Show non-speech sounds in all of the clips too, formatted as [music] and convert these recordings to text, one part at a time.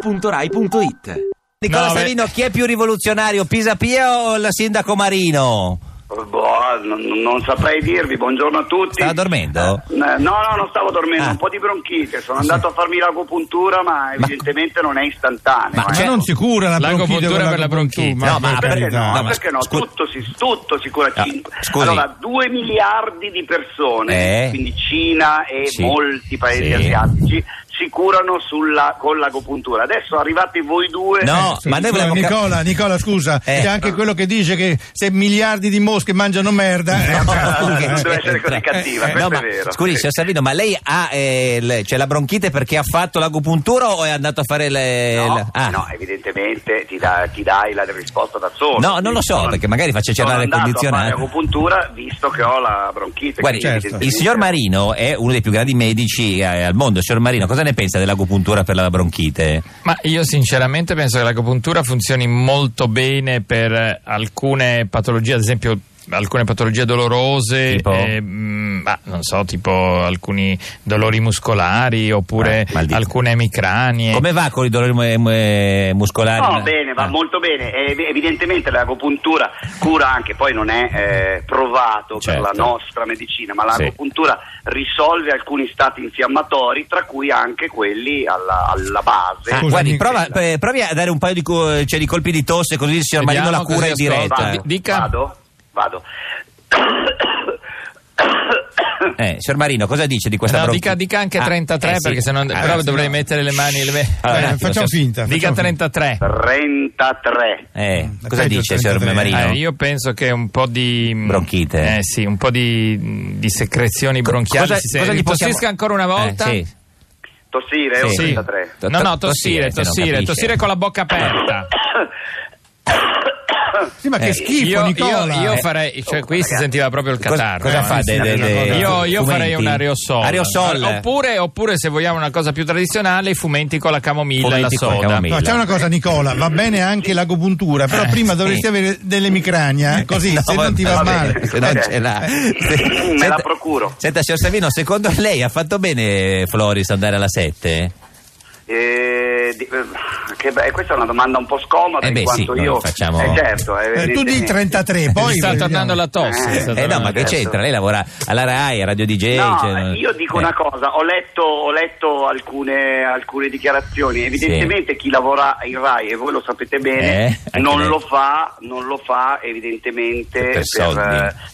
radio2pod.rai.it Nicola No, beh. Savino, chi è più rivoluzionario, Pisa Pia o il sindaco Marino? Boh, non, non saprei dirvi, buongiorno a tutti. Stava dormendo? [laughs] Eh, No, no, non stavo dormendo, Ah. un po' di bronchite, sono andato a farmi l'agopuntura, ma evidentemente non è istantaneo. Ma eh. cioè- non si cura la L'agopuntura bronchite con per la bronchite. ma No, ma per perché carità. no? no, ma perché no? scu- tutto, si, tutto si cura Ah, 5. scusi. allora, 2 miliardi di persone, Eh. quindi Cina e Sì. molti paesi Sì. asiatici, si curano sulla, con l'agopuntura. Adesso arrivate voi due. No, Sì, ma noi scusa, volevamo cap- Nicola, Nicola, scusa, Eh. c'è anche quello che dice che se miliardi di mosche mangiano merda. eh, No, cioè, non scusi, deve essere c'entra. così cattiva, Eh, questo no, è ma, vero. Scusi, signor Savino, ma lei ha eh, le- c'è la bronchite perché ha fatto l'agopuntura o è andato a fare le... No, la- ah. no, evidentemente ti, da- ti dai la risposta da solo. No, non lo so, Sono- perché magari faccia sono girare il andato a condizionato. fare acupuntura visto che ho la bronchite. Guardi, quindi certo. il evidentemente- signor Marino è uno dei più grandi medici eh, al mondo. Signor Marino, cosa ne pensa dell'agopuntura per la bronchite? Ma io sinceramente penso che l'agopuntura funzioni molto bene per eh, alcune patologie, ad esempio alcune patologie dolorose, Tipo? eh, mm, ma non so, tipo alcuni dolori muscolari oppure Eh, mal di- alcune emicranie. Come va con i dolori mu- mu- muscolari? No, bene, va Ah. molto bene. E ev- evidentemente l'agopuntura cura anche, poi non è eh, provato Certo. per la nostra medicina, ma Sì. l'agopuntura risolve alcuni stati infiammatori, tra cui anche quelli alla, alla base. Ah, Scusa, guardi, Nicola. prova- eh, provi a dare un paio di, co- cioè, di colpi di tosse così il signor Vediamo Marino la cura in così ascolta. diretta. Di- dica. Vado, [coughs] vado. [coughs] Eh, signor Marino, cosa dice di questa No, bronchite? dica, dica anche Ah, 33 eh, sì. perché sennò Ah, però sì, dovrei no. mettere le mani e le ve- Allora, eh, un attimo, facciamo signor- finta. Dica facciamo finta. 33. 33. Eh, cosa Attento, dice signor 33. Marino? Eh, io penso che un po' di Bronchite. eh, sì, un po' di, mm, di secrezioni bronchiali. cosa- si se- cosa gli possiamo- Tossisca ancora una volta? Eh, sì. Tossire eh, o Sì. 33? To- No, no, tossire, tossire, se non tossire, capisce. tossire con la bocca aperta. [laughs] Sì, ma Eh, che schifo, io, Nicola. io- io Eh, farei, cioè Oh, qui si ragazzi. sentiva proprio il Cosa, catarro. cosa eh. fa? sì, de- de- sì, de- Io, io fumenti? farei un aerosol. Aerosol. Eh, Oppure, oppure, se vogliamo una cosa più tradizionale, i fumenti con la camomilla e la Fumenti con la soda. camomilla. No, c'è una cosa, Nicola, va bene anche l'agopuntura, però prima dovresti avere delle Eh, micrania, eh, così [laughs] No, se non ti va vabbè, [laughs] male. Eh, se non ce l'ha. Mm, Me la procuro. Senta, signor Savino, secondo lei ha fatto bene Floris andare alla 7? Eh, di- eh, che be- questa è una domanda un po' scomoda Eh beh, in quanto sì, io no, facciamo- eh, certo, Eh, tu di evidentemente. 33, Poi poi sta vediamo. tornando la tosse. Eh, sta Eh no, tornando ma la che adesso. c'entra? Lei lavora alla RAI, a Radio DJ. No, cioè- io dico Eh. una cosa, ho letto, ho letto alcune, alcune dichiarazioni, evidentemente chi lavora in RAI, e voi lo sapete Eh, bene, anche non, lei. lo fa, non lo fa evidentemente Per per, soldi.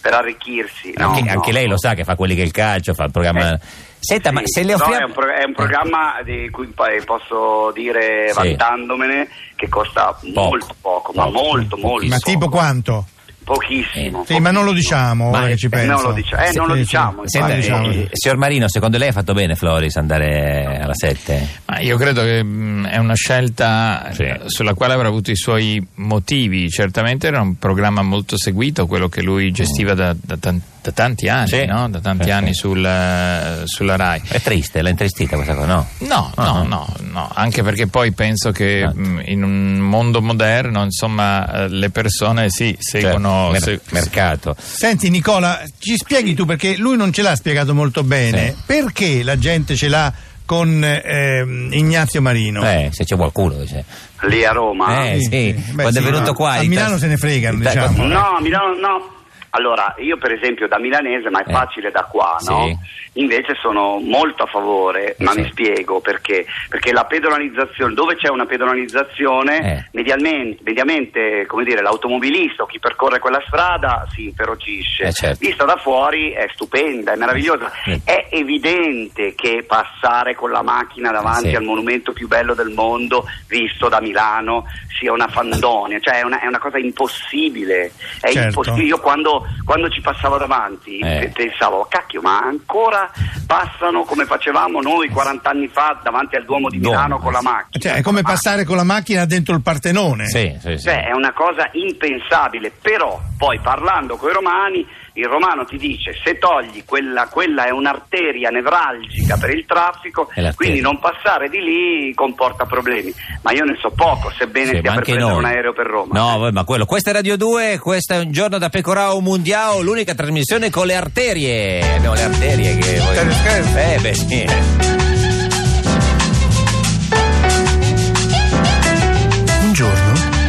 per arricchirsi. No, anche, no. anche lei lo sa che fa quelli che il calcio, fa il programma. Eh, Senta, ma Sì, se le però offriamo. è, un pro- è un programma di cui poi posso dire, Sì. vantandomene, che costa Poco. molto poco, ma Poco. molto, molto Ma tipo poco. quanto? Pochissimo. Sì, ma non lo pochissimo. diciamo, Ma- ora che ci eh, penso. non lo dicia- eh, non lo Sì, sì. diciamo, Senta, infatti, diciamo. eh, signor Marino, secondo lei ha fatto bene Floris andare alla 7? Ma io credo che mh, è una scelta Sì. eh, sulla quale avrà avuto i suoi motivi. Certamente era un programma molto seguito, quello che lui gestiva da, da tan- da tanti anni, Mm. Sì. no? da tanti Sì, anni sì. sul, eh, sulla RAI. È triste, l'ha intristita questa cosa, no? No, Ah. no, no, no, anche perché poi penso che Certo. mh, in un mondo moderno, insomma, eh, le persone sì, seguono Cioè, mer- se- mercato. Senti Nicola, ci spieghi tu perché lui non ce l'ha spiegato molto bene. Sì. Perché la gente ce l'ha con ehm, Ignazio Marino? Eh, se c'è qualcuno, dice. Lì a Roma? eh, sì, sì. Beh, quando sì, è venuto no. qua. A in Milano tas- se ne fregano, in tas- diciamo. No, a Milano no. Allora, io per esempio da milanese, ma è Eh. facile da qua, no? Invece sono molto a favore, ma Sì. mi spiego perché. Perché la pedonalizzazione, dove c'è una pedonalizzazione, Eh. medialmen- mediamente, come dire, l'automobilista o chi percorre quella strada si inferocisce. Eh, certo. Vista da fuori è stupenda, è meravigliosa. Eh. È evidente che passare con la macchina davanti Sì. al monumento più bello del mondo, visto da Milano, sia una fandonia, cioè è una, è una cosa impossibile. È Certo. impossibile. Io quando, quando ci passavo davanti Eh. pe- pensavo, cacchio, ma ancora passano come facevamo noi 40 anni fa davanti al Duomo di Duomo, Milano con la sì. macchina. Cioè, è come Ma- passare con la macchina dentro il Partenone. Sì, sì, sì. cioè, è una cosa impensabile, però poi parlando con i romani, il romano ti dice se togli quella, quella è un'arteria nevralgica per il traffico, È l'arteria. quindi non passare di lì comporta problemi. Ma io ne so poco, sebbene Sì, stia per prendere un aereo per Roma. No, vabbè, ma quello. Questa è Radio 2, questo è un giorno da Pecorao Mundiao, l'unica trasmissione con le arterie. Eh, Abbiamo le arterie che. Stai scherzando? Eh, beh, sì.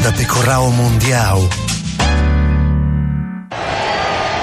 da Pecorao Mondiao.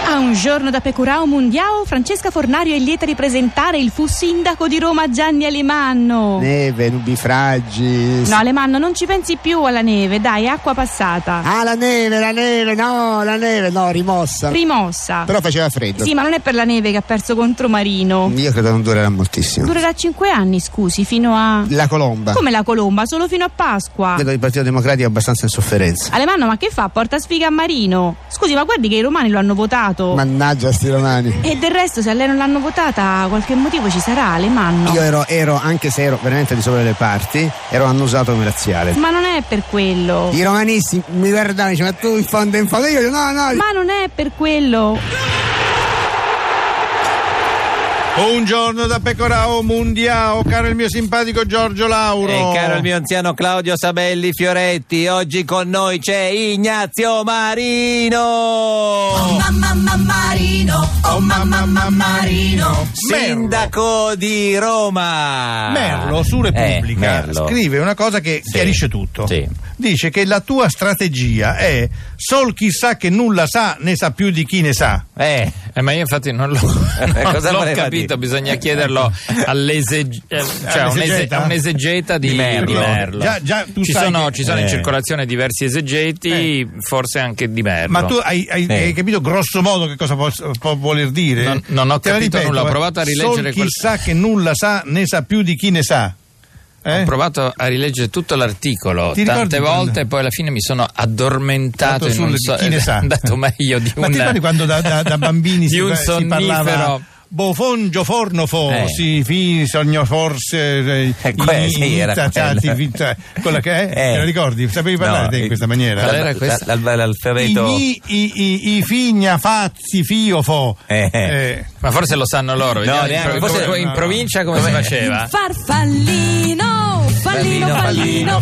A un giorno da Pecurao Mundiao, Francesca Fornario è lieta di presentare il fu sindaco di Roma Gianni Alemanno. Neve, nubifragi. No, Alemanno, non ci pensi più alla neve, dai, acqua passata. Ah, la neve, la neve, no, la neve, no, rimossa. Rimossa. Però faceva freddo. Sì, ma non è per la neve che ha perso contro Marino. Io credo non durerà moltissimo. Durerà 5 anni, scusi, fino a. La colomba. Come la colomba, solo fino a Pasqua. Credo il Partito Democratico è abbastanza in sofferenza. Alemanno, ma che fa? Porta sfiga a Marino. Scusi, ma guardi che i romani lo hanno votato. Mannaggia sti romani. E del resto, se a lei non l'hanno votata, qualche motivo ci sarà, Alemanno. Io ero, ero, anche se ero veramente di sopra le parti, ero annusato come razziale. Ma non è per quello. I romanisti mi guardavano e dicevano, ma tu in fondo, in fondo, io dico, no, no. Ma non è per quello. Un giorno da Pecorao Mundiao, caro il mio simpatico Giorgio Lauro. E Eh, caro il mio anziano Claudio Sabelli Fioretti, oggi con noi c'è Ignazio Marino, Mamma mamma Marino, oh mamma mamma Marino. sindaco di Ah, Roma. Merlo su Repubblica Eh, Merlo. scrive una cosa che Sì. chiarisce tutto. Sì. Dice che la tua strategia è sol chi sa che nulla sa ne sa più di chi ne sa. Eh, Eh, ma io infatti non l'ho, Eh, non cosa l'ho voleva capito, dire? bisogna chiederlo all'eseg- eh, cioè a un ese- All'esegeta? a un esegeta di, Di Merlo. di Merlo. Già- già tu ci, sai sono, che- ci sono eh. in circolazione diversi esegeti, forse anche di Merlo. Ma tu hai, hai- Eh. hai capito grosso modo che cosa posso- può voler dire? Non- non ho Te la capito ripeto, nulla, ho eh. provato a rileggere Sol chi quel- sa che nulla sa ne sa più di chi ne sa. Eh? Ho provato a rileggere tutto l'articolo Ti ricordi tante quando- volte e poi alla fine mi sono addormentato Tanto e non sul so, chi [laughs] ne è sa. [laughs] andato meglio di Ma un ti ricordi quando da, da- da [laughs] bambini di si, un si parlava sonnifero. Bofongio forno fo, Eh. si fi, sogno forse, eh, Eh, que- sì, era inizia, quella. ti- vi- cioè, quella che è, Eh. te la ricordi? Sapevi parlare No, te in eh, questa maniera? Qual era l'al- questa? l'al- l'al- I, l'alfabeto. ni- i, i, i figna fazzi fio fo. Eh. Eh. Ma forse lo sanno loro, vediamo in neanche, pro- forse- come- in no. provincia come si faceva? Farfallino, Eh, fallino, Fallino,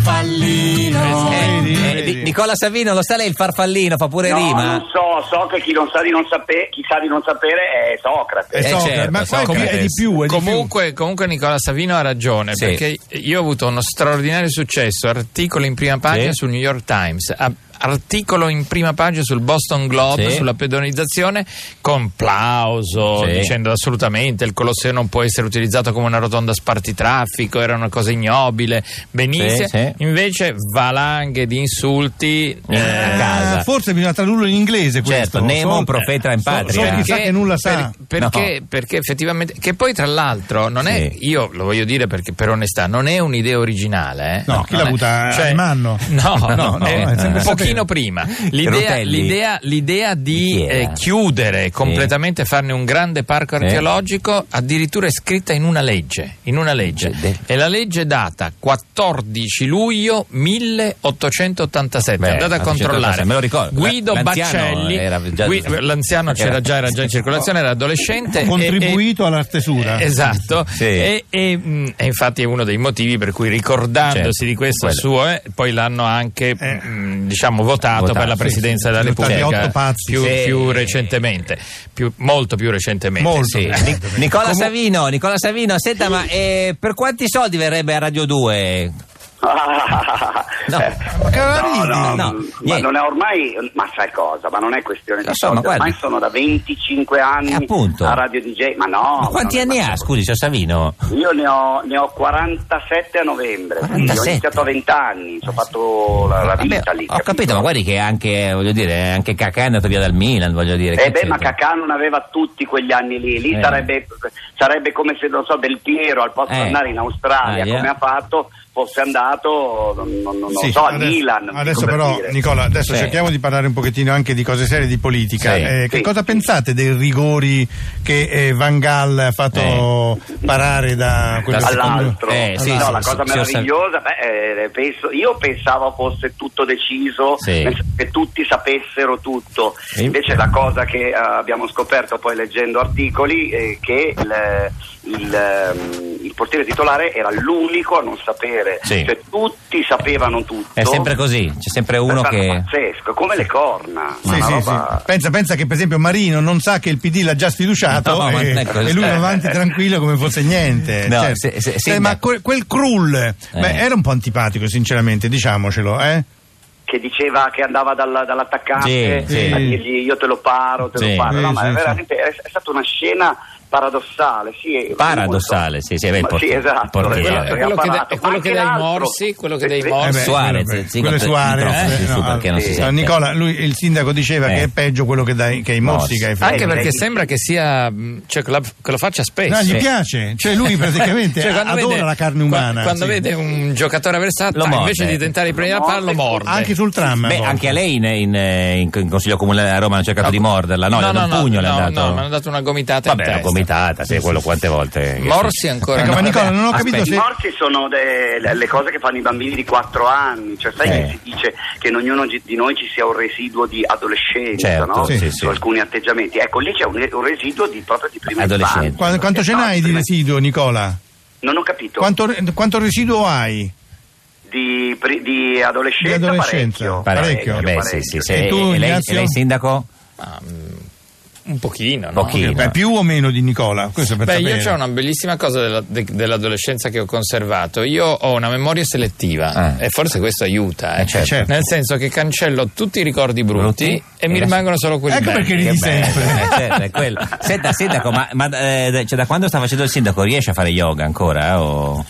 fallino, fallino. Eh, Vedi, eh, vedi. di- Nicola Savino, lo sa lei il farfallino, fa pure No, rima. non so, so che chi non sa di non sapere, chi sa di non sapere è Socrate. [laughs] Eh, Eh, Socrate, certo, ma qua è Socrate. più- è di più, è di più. Comunque, comunque Nicola Savino ha ragione, Sì. perché io ho avuto uno straordinario successo, articolo in prima pagina Sì. sul New York Times, a- articolo in prima pagina sul Boston Globe, Sì. sulla pedonizzazione, con plauso, Sì. dicendo assolutamente il Colosseo non può essere utilizzato come una rotonda spartitraffico, era una cosa ignobile, benissimo, Sì, sì. invece valanghe di insulti Eh, a casa. Ah, Forse bisogna tradurlo in inglese questo. Certo, Nemo, un profeta in so- patria. so chi sa che nulla sa. per- perché, perché effettivamente che poi tra l'altro non è Sì. io lo voglio dire perché per onestà non è un'idea originale eh. No, chi non l'ha è- avuta? Alemanno? [laughs] no no, No, no, è è sempre un stato- pochino prima l'idea, Rutelli? l'idea- l'idea Chi di era? eh, chiudere completamente farne un grande parco Sì. archeologico addirittura è scritta in una legge in una legge Sì, de- e la legge è data 14 luglio 1887 Beh, andate 1887, a controllare me lo ricordo. Guido L'anziano Baccelli era già- Gui- l'anziano c'era era- già era già in circolazione era adolescente e- e- Eh, Contribuito alla stesura. Esatto, Sì. e, e, mh, e infatti è uno dei motivi per cui ricordandosi Certo, di questo quello. suo, eh, poi l'hanno anche Eh. mh, diciamo votato, Votato, per la sì, presidenza sì, della sì, votati Repubblica otto pazzi. più, Sì. più recentemente, più- molto più recentemente. Molto sì. più Ni- Nicola Savino, Nicola Savino, senta, ma eh, per quanti soldi verrebbe a Radio 2? No. Eh, Ma che no, no, arrivi? No, ma niente. non è ormai, ma sai cosa? Ma non è questione di Lo so, ma soldi, guarda. ormai sono da 25 anni Eh, appunto. a Radio DJ, ma no. ma quanti non è- anni ha, scusi, signor Savino? Io ne ho, ne ho 47 a novembre, quindi 47. ho iniziato a 20 anni, ci ho fatto la, la vita Vabbè, lì. ho capito, ma guardi che anche, eh, voglio dire, anche Cacà è andato via dal Milan, voglio dire. che Eh beh, ma c'entra? Cacà non aveva tutti quegli anni lì, lì Eh. sarebbe, sarebbe come se, non so, Del Piero al posto Eh. di andare in Australia, Ah, yeah. come ha fatto, fosse andato, non, non- non Sì, so, a adesso- Milan. Adesso dico per però, dire. Nicola, adesso Sì. cerchiamo di parlare un pochettino anche di cose serie di politica. Sì. Eh, che Sì. cosa pensate dei rigori che eh, Van Gaal ha fatto Eh. parare da quello Da- secondo- all'altro Eh, sì, no, sì, la sì, sì, cosa ho sap- meravigliosa beh, eh, penso- io pensavo fosse tutto deciso Sì. nel senso che tutti sapessero tutto Sì. invece la cosa che eh, abbiamo scoperto poi leggendo articoli è che il, il, ehm, il portiere titolare era l'unico a non sapere Sì. cioè tutti sapevano tutto È sempre così, c'è sempre uno È stato che... pazzesco come le corna Sì, ma Eh, una sì, roba- sì. Pensa, pensa che per esempio Marino non sa che il PD l'ha già sfiduciato No, ma e, non è così. e lui va avanti tranquillo come fosse niente. No, certo. se- se- Eh, sindaco- ma que- quel Krull beh, era un po' antipatico, sinceramente, diciamocelo, eh? Chi che diceva che andava dalla- dall'attaccante eh, Sì, sì. a dirgli io te lo paro, te Sì. lo paro. No, Sì, ma sì, è sì. veramente è, è stata una scena paradossale. Sì, è- Paradossale, sì, sì, è il Ma portiere- esatto, il portiere. quello- È perché quello ha che dà- parato. è quello Ma che anche dà i l'altro. morsi, quello che dà i Sì, sì. morsi. Eh beh, Suarez, quello- sì, quello è con- Suarez, microfoni, eh, su, no, perché non si sì. sente. Nicola, lui, il sindaco diceva Eh. che è peggio quello che, dai, che i morsi Morsi. che hai fatto. Anche Eh, perché beh, sembra che sia. mh, cioè, che, la- che lo faccia spesso. No, gli Sì. piace, cioè lui praticamente [laughs] Cioè, quando adora vede- la carne qua- umana. Quando sì. vede un giocatore avversario, Lo morde. invece di tentare di prendere la palla, lo morde. Anche sul tram. a Beh, volte. anche a lei in, in- in- in consiglio comunale a Roma hanno cercato di morderla, Ah, no? le ha dato un pugno, le no, ha dato. no, mi hanno dato una gomitata Vabbè, in la testa. gomitata, sì, quello quante volte. Morsi ancora. Ecco, no. ma Nicola, non ho Aspetta. capito se. I morsi sono de- le le cose che fanno i bambini di 4 anni, cioè sai Eh. che si dice che in ognuno gi- di noi ci sia un residuo di adolescenza, Certo, no? sì, su sì. alcuni atteggiamenti. Ecco, lì c'è un, un residuo di, proprio di prima Adolescente. infanzia. Qua- Quanto ce n'hai di Esatto. residuo, Nicola? Non ho capito. Quanto, re- quanto residuo hai? Di, pri- di adolescenza, Di adolescenza, parecchio. Beh, sì, parecchio, sì, sì. E E, tu, e lei, Ignazio? e lei sindaco? Ah, mm, un pochino, no? Pochino. Eh, Beh, più o meno di Nicola? Questo è per Beh, io sapere. c'ho una bellissima cosa della- de- dell'adolescenza che ho conservato. Io ho una memoria selettiva Eh. e forse questo aiuta, eh. Eh, certo. Certo. nel senso che cancello tutti i ricordi brutti Brutti. e mi Eh, rimangono solo quelli Ecco belli. perché Che ridi bello, sempre. eh, certo, è quello. Senta, sindaco, ma, ma, eh, cioè, da quando sta facendo il sindaco riesce a fare yoga ancora? eh, O...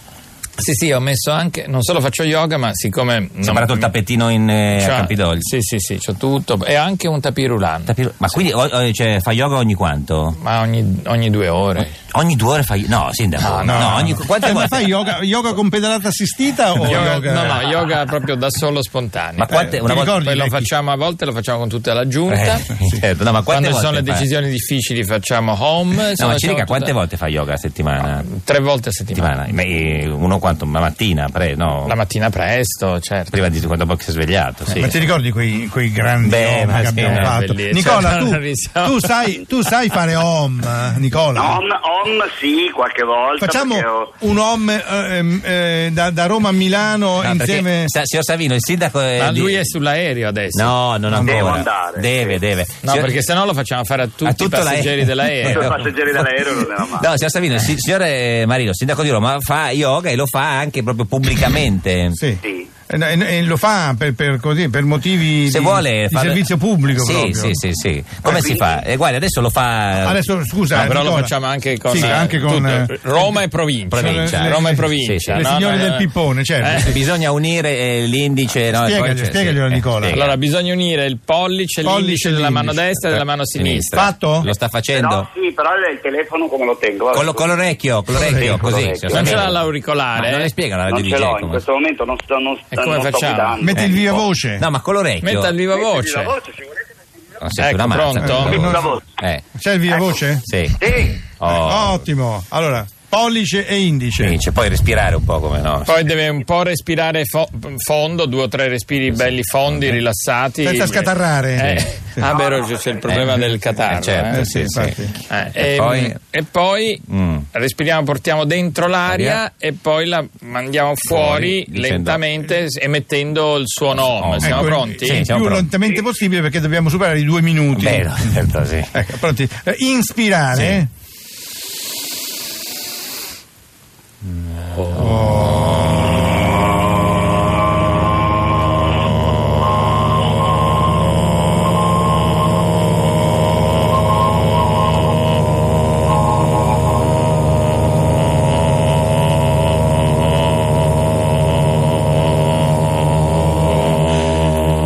Sì, sì, ho messo anche. Non solo faccio yoga, ma siccome. Si è non- parato il tappetino in, eh, c'ho- a Campidoglio? Sì, sì, sì, c'ho tutto. E anche un tapirulan. Tapir- Ma quindi o- o- cioè, fa yoga ogni quanto? ma ogni, ogni due ore. Ogni due ore fa yoga? No, sindaco. No, no. ogni- quante Eh, ma volte- fai yoga, yoga con pedalata assistita o Yoga- yoga? No, no, yoga proprio da solo spontaneo. Ma quante- Eh, una ti volta- ricordi Poi lo le- facciamo a volte, lo facciamo con tutta la giunta. Eh, certo, no, ma quante Quando ci sono le volte fa- decisioni difficili facciamo home. No, insomma, cioè, ma circa facciamo quante tutta- volte fa yoga a settimana? Tre volte a settimana. settimana? Ma, eh, uno quanto? La mattina, pre, no? La mattina presto, certo. Prima di quando dopo che si è svegliato, sì. Ma ti ricordi quei, quei grandi Beh, home ma che sì, abbiamo eh, fatto? belli- Nicola, [laughs] cioè, tu, non risiamo. tu sai, tu sai fare home, eh, Nicola? Om, om sì, qualche volta. Facciamo perché ho- un home eh, ehm, eh, da, da Roma a Milano No, perché, insieme. sa- signor Savino, il sindaco è... Ma di- lui è sull'aereo adesso. No, non ancora. Devo andare. Deve, deve. No, Signor- perché sennò lo facciamo fare a tutti a i tutto passeggeri l'aereo. Cioè, [laughs] Tutto dell'aereo. il passeggeri dell'aereo non era male. Eh, No, signor Savino, il si- signor eh, Marino, sindaco di Roma, fa yoga e lo fa anche proprio pubblicamente. [coughs] Sì. Sì. E, e- e lo fa per, per così, per motivi Se di, vuole di fare- servizio pubblico. Sì, proprio. sì, sì, sì. Come si fa? Eh, guarda, adesso lo fa Adesso scusa, No, però lo Nicola. facciamo anche con, Sì, eh, anche con, tutto. eh, Roma e provincia. Provincia. Cioè, Roma e Sì, provincia. sì, le no, signore no, del no. pippone, certo. Eh, bisogna unire eh, l'indice no, e Spiegaglielo, poi c'è- eh, spiegaglielo a Nicola. spiega. Allora bisogna unire il pollice, Pollice l'indice e della mano l'indice. destra e della mano sinistra. Fatto? Lo sta facendo? Però, sì, però il telefono come lo tengo? Vabbè, eh, Con, lo- con l'orecchio, con l'orecchio, Con così. l'orecchio. signor Non ce l'ha Savino. l'auricolare, Ma non eh? le spiega la radio Non di ce l'ho, in Giacomo. questo momento non sto, non sto, E come non sto facciamo? guidando. Metti Eh, il via tipo- voce. No, ma con l'orecchio. Metta il viva Metti il voce. viva voce, se volete. Non senti Ecco, una mazza, pronto? con la Pronto? voce. Eh, C'è il via voce? [laughs] sì. Sì. Oh, Ottimo. Allora, pollice e indice. vince. Poi respirare un po' come no. Poi deve un po' respirare fo- fondo, due o tre respiri belli fondi, rilassati. Senza scatarrare. Eh, Ah, beh, Roger, c'è il problema Eh, del catarro. eh, certo, eh. sì, sì, sì. infatti. Eh, E ehm, poi? e poi Mm. respiriamo, portiamo dentro l'aria Aria. e poi la mandiamo fuori, Fuori, dicendo- lentamente s- emettendo il suono Oh, om. Siamo Ecco, pronti? Il, Sì, il siamo più pronti. lentamente possibile perché dobbiamo superare i due minuti. Beh, no, certo, sì. Ecco, pronti. Eh, Inspirare.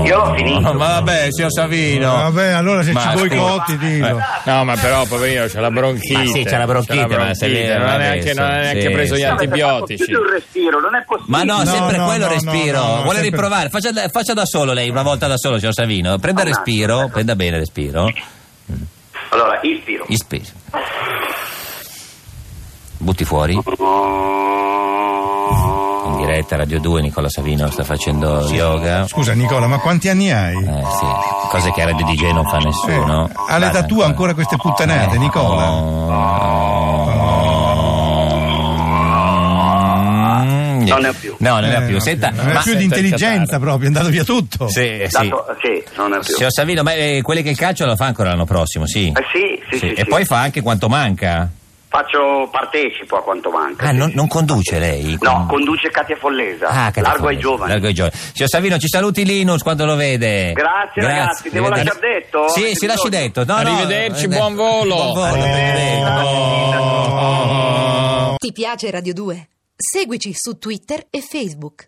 Io l'ho finito. Ma vabbè, signor Savino. Vabbè, allora se Ma ci vuoi scusa. cotti, dillo. No, ma però, poverino, c'è la bronchite. Ma sì, c'ha la bronchite, C'ha la ma se bronchite, leva non ha neanche, adesso. non ha neanche Sì, preso sì. gli No, perché antibiotici. ha fatto tutto il respiro, non è possibile. Ma no, No, sempre no, quello no, respiro. no, no, no, Vuole sempre- riprovare? Faccia, faccia da solo lei, una volta da solo, signor Savino. Prenda il Un attimo, respiro, prenda bene il respiro. Allora, ispiro. Ispira. Butti fuori. In diretta Radio 2 Nicola Savino sta facendo yoga. Scusa Nicola, ma quanti anni hai? Eh, sì. Cose che a Radio DJ non fa Eh, nessuno. all'età Guarda tua ancora queste Eh, puttanate, Nicola. Mm, Non ne ho più. No, non ne Eh, ha più. no, Senta, non è ma- più di intelligenza proprio, è andato via tutto. Sì, Eh, sì. Dato- sì, non è più. Signor Savino, ma eh, quelle che il calcio lo fa ancora l'anno prossimo, sì. Eh, sì, sì, sì, E sì. poi fa anche quanto manca. faccio partecipo a quanto manca. Ah, non, non conduce lei? No, conduce Katia Follesa, Ah, che Esatto. largo ai telefono. giovani. Largo ai giovani. Signor Savino, ci saluti Linus quando lo vede. Grazie, ragazzi. Devo Arrivederci. lasciar detto? Sì, Avete si lasci bisogno? detto. No, no, Arrivederci, eh, buon volo. Buon volo. Ti piace Radio 2? Seguici su Twitter e Facebook.